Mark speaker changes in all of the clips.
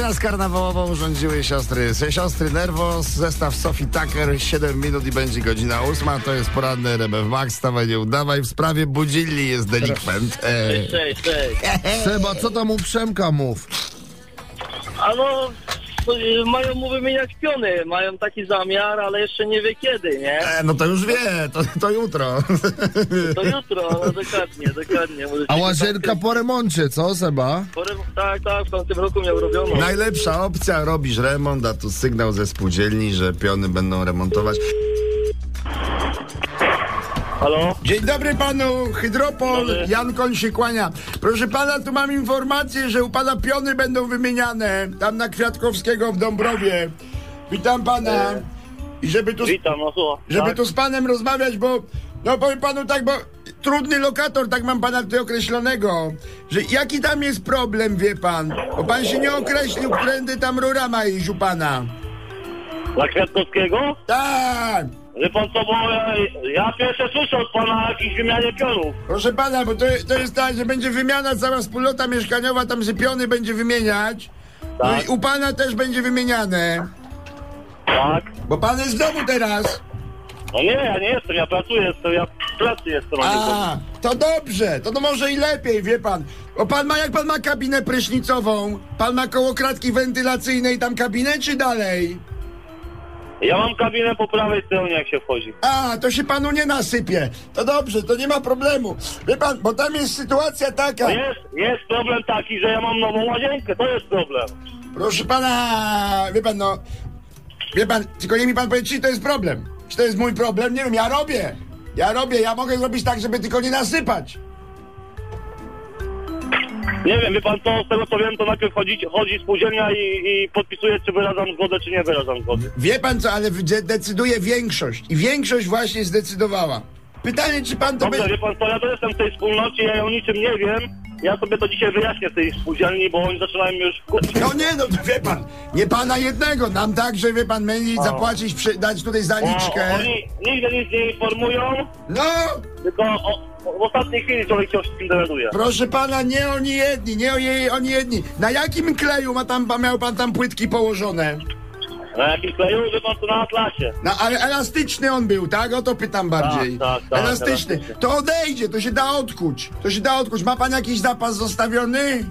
Speaker 1: nas karnawałową rządziły siostry. Se siostry Nerwos, zestaw Sophie Tucker, 7 minut i będzie godzina 8. To jest poranny RMF Max, stawaj nie udawaj. W sprawie budzili jest delikwent. E,
Speaker 2: Cześć, cześć.
Speaker 3: Seba, co tam u Przemka mów?
Speaker 2: A no, y, mają mu wymieniać piony, mają taki zamiar, ale jeszcze nie wie kiedy, nie?
Speaker 1: e, no to już wie, to, to jutro.
Speaker 2: To jutro, no dokładnie, dokładnie. Możecie
Speaker 3: A
Speaker 2: się
Speaker 3: łazienka
Speaker 2: tam-
Speaker 3: po remoncie, co Seba?
Speaker 2: Porem- Tak, tak, w tamtym roku miał robioną.
Speaker 1: Najlepsza opcja, robisz remont, a tu sygnał ze spółdzielni, że piony będą remontować.
Speaker 2: Halo?
Speaker 1: Dzień dobry panu, Hydropol,
Speaker 2: Dobry.
Speaker 1: Jan Koń się kłania. Proszę pana, tu mam informację, że u pana piony będą wymieniane, tam na Kwiatkowskiego w Dąbrowie. Witam pana. I żeby tu,
Speaker 2: Witam, no słuchaj.
Speaker 1: żeby
Speaker 2: tak?
Speaker 1: tu z panem rozmawiać, bo, no powiem panu tak, bo trudny lokator, tak mam pana tutaj określonego, że jaki tam jest problem, wie pan, bo pan się nie określił, którędy tam rura ma iść u pana.
Speaker 2: Na Kwiatkowskiego?
Speaker 1: Tak,
Speaker 2: Wie pan co, bo ja, ja pierwsze słyszę od pana o jakiejś wymianie pionów.
Speaker 1: proszę pana, bo to, to jest tak, że będzie wymiana, cała wspólnota mieszkaniowa tam się piony będzie wymieniać. No
Speaker 2: Tak.
Speaker 1: i u pana też będzie wymieniane.
Speaker 2: Tak.
Speaker 1: Bo pan jest w domu teraz.
Speaker 2: No nie, ja nie jestem, ja pracuję, jestem, ja w pracy jestem. a nie w domu.
Speaker 1: A, to dobrze, to, to może i lepiej, wie pan. Bo pan ma, jak pan ma kabinę prysznicową, pan ma koło kratki wentylacyjnej tam kabinę czy dalej?
Speaker 2: Ja mam kabinę po prawej stronie, jak się wchodzi.
Speaker 1: A, to się panu nie nasypie. To dobrze, to nie ma problemu. Wie pan, bo tam jest sytuacja taka.
Speaker 2: No Jest, jest problem taki, że ja mam nową łazienkę, to jest problem.
Speaker 1: Proszę pana, wie pan, no. Wie pan, tylko nie mi pan powiedzieć, czy to jest problem. Czy to jest mój problem? Nie wiem, ja robię. Ja robię, ja mogę zrobić tak, żeby tylko nie nasypać.
Speaker 2: Nie wiem, wie pan co, z tego co wiem, to najpierw chodzi, chodzi spółdzielnia i, i podpisuje, czy wyrażam zgodę, czy nie wyrażam zgody.
Speaker 1: Wie pan co, ale de- decyduje większość. I większość właśnie zdecydowała. Pytanie, czy pan to
Speaker 2: Dobrze,
Speaker 1: będzie.
Speaker 2: wie pan co, ja też jestem w tej wspólnocie, ja o niczym nie wiem. Ja sobie to dzisiaj wyjaśnię w tej spółdzielni, bo oni zaczynają mnie już wkurzyć.
Speaker 1: No nie, no to wie pan, nie pana jednego. Nam także, wie pan, mieli zapłacić, przy, dać tutaj
Speaker 2: O,
Speaker 1: zaliczkę.
Speaker 2: Oni nigdy nic nie informują,
Speaker 1: No,
Speaker 2: tylko o, o, w ostatniej chwili człowiek się o wszystkim dowiaduje.
Speaker 1: proszę pana, nie oni jedni, nie oni- oni jedni. Na jakim kleju ma tam, miał pan tam płytki położone?
Speaker 2: Na jakim kleju, wie pan co, na Atlasie.
Speaker 1: No, ale elastyczny on był, tak? O to pytam bardziej.
Speaker 2: tak, tak,
Speaker 1: elastyczny.
Speaker 2: elastyczny.
Speaker 1: To odejdzie, to się da odkuć. To się da odkuć. Ma pan jakiś zapas zostawiony?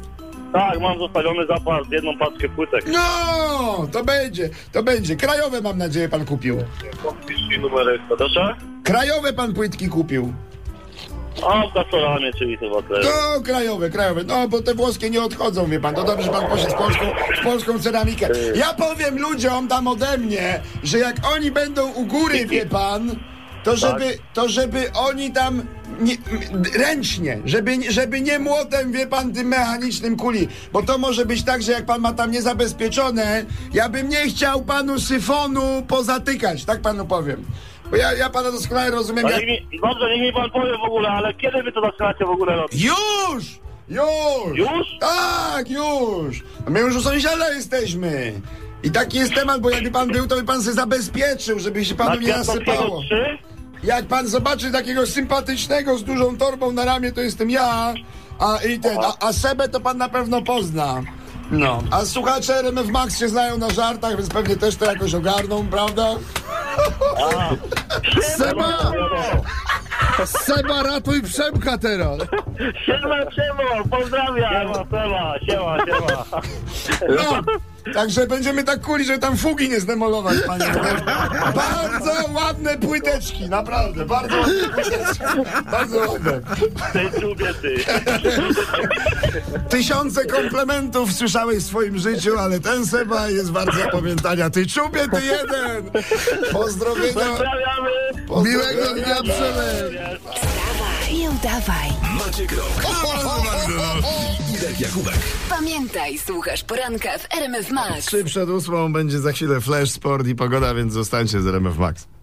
Speaker 2: Tak, mam zostawiony zapas, jedną paczkę płytek.
Speaker 1: No, to będzie, to będzie. Krajowe mam nadzieję pan kupił.
Speaker 2: Podpiszcie numer jest, proszę.
Speaker 1: Krajowe pan płytki kupił.
Speaker 2: O, kasoranie, czyli chyba też.
Speaker 1: No, krajowe, krajowe. No, bo te włoskie nie odchodzą, wie pan. To dobrze, że pan poszedł z polską, z polską ceramikę. Ja powiem ludziom tam ode mnie, że jak oni będą u góry, wie pan, to żeby, to żeby oni tam nie, m- ręcznie, żeby, żeby nie młotem, wie pan, tym mechanicznym kuli. Bo to może być tak, że jak pan ma tam niezabezpieczone, ja bym nie chciał panu syfonu pozatykać, tak panu powiem. Bo ja, ja pana doskonale rozumiem.
Speaker 2: A
Speaker 1: Ja...
Speaker 2: No niech mi, dobrze, niech mi pan powie w ogóle, ale kiedy wy to zaczynacie w ogóle robić?
Speaker 1: Już! Już!
Speaker 2: Już?
Speaker 1: Tak, już! A My już u sąsiada jesteśmy! I taki jest temat, bo jakby pan był, to by pan się zabezpieczył, żeby się
Speaker 2: Na
Speaker 1: panu nie
Speaker 2: Kwiatkowskiego
Speaker 1: nasypało.
Speaker 2: 3?
Speaker 1: Jak pan zobaczy takiego sympatycznego z dużą torbą na ramię, to jestem ja, a, i ten, a, a Sebę to pan na pewno pozna. No. A słuchacze RMF Max się znają na żartach, więc pewnie też to jakoś ogarną, prawda?
Speaker 3: Seba! Seba, ratuj Przemka teraz!
Speaker 2: Siema, siema, pozdrawiam! Siema, siema, siema.
Speaker 1: No, także będziemy tak kuli, że tam fugi nie zdemolować, panie. Bardzo ładne płyteczki, naprawdę, bardzo ładne płyteczki. Bardzo ładne.
Speaker 2: Ty lubię ty.
Speaker 1: Tysiące komplementów słyszałeś w swoim życiu, ale ten Seba jest wart zapamiętania. Ty czubie, ty jeden! Pozdrowienia.
Speaker 2: Pozdrawiamy!
Speaker 3: Miłego dnia Przemek!
Speaker 4: Wstawaj, nie udawaj.
Speaker 5: Maciek Rok i Irek Jakubek.
Speaker 4: Pamiętaj, słuchasz poranka w RMF Max.
Speaker 1: Trzy przed ósmą będzie za chwilę Flash Sport i pogoda, więc zostańcie z RMF Max.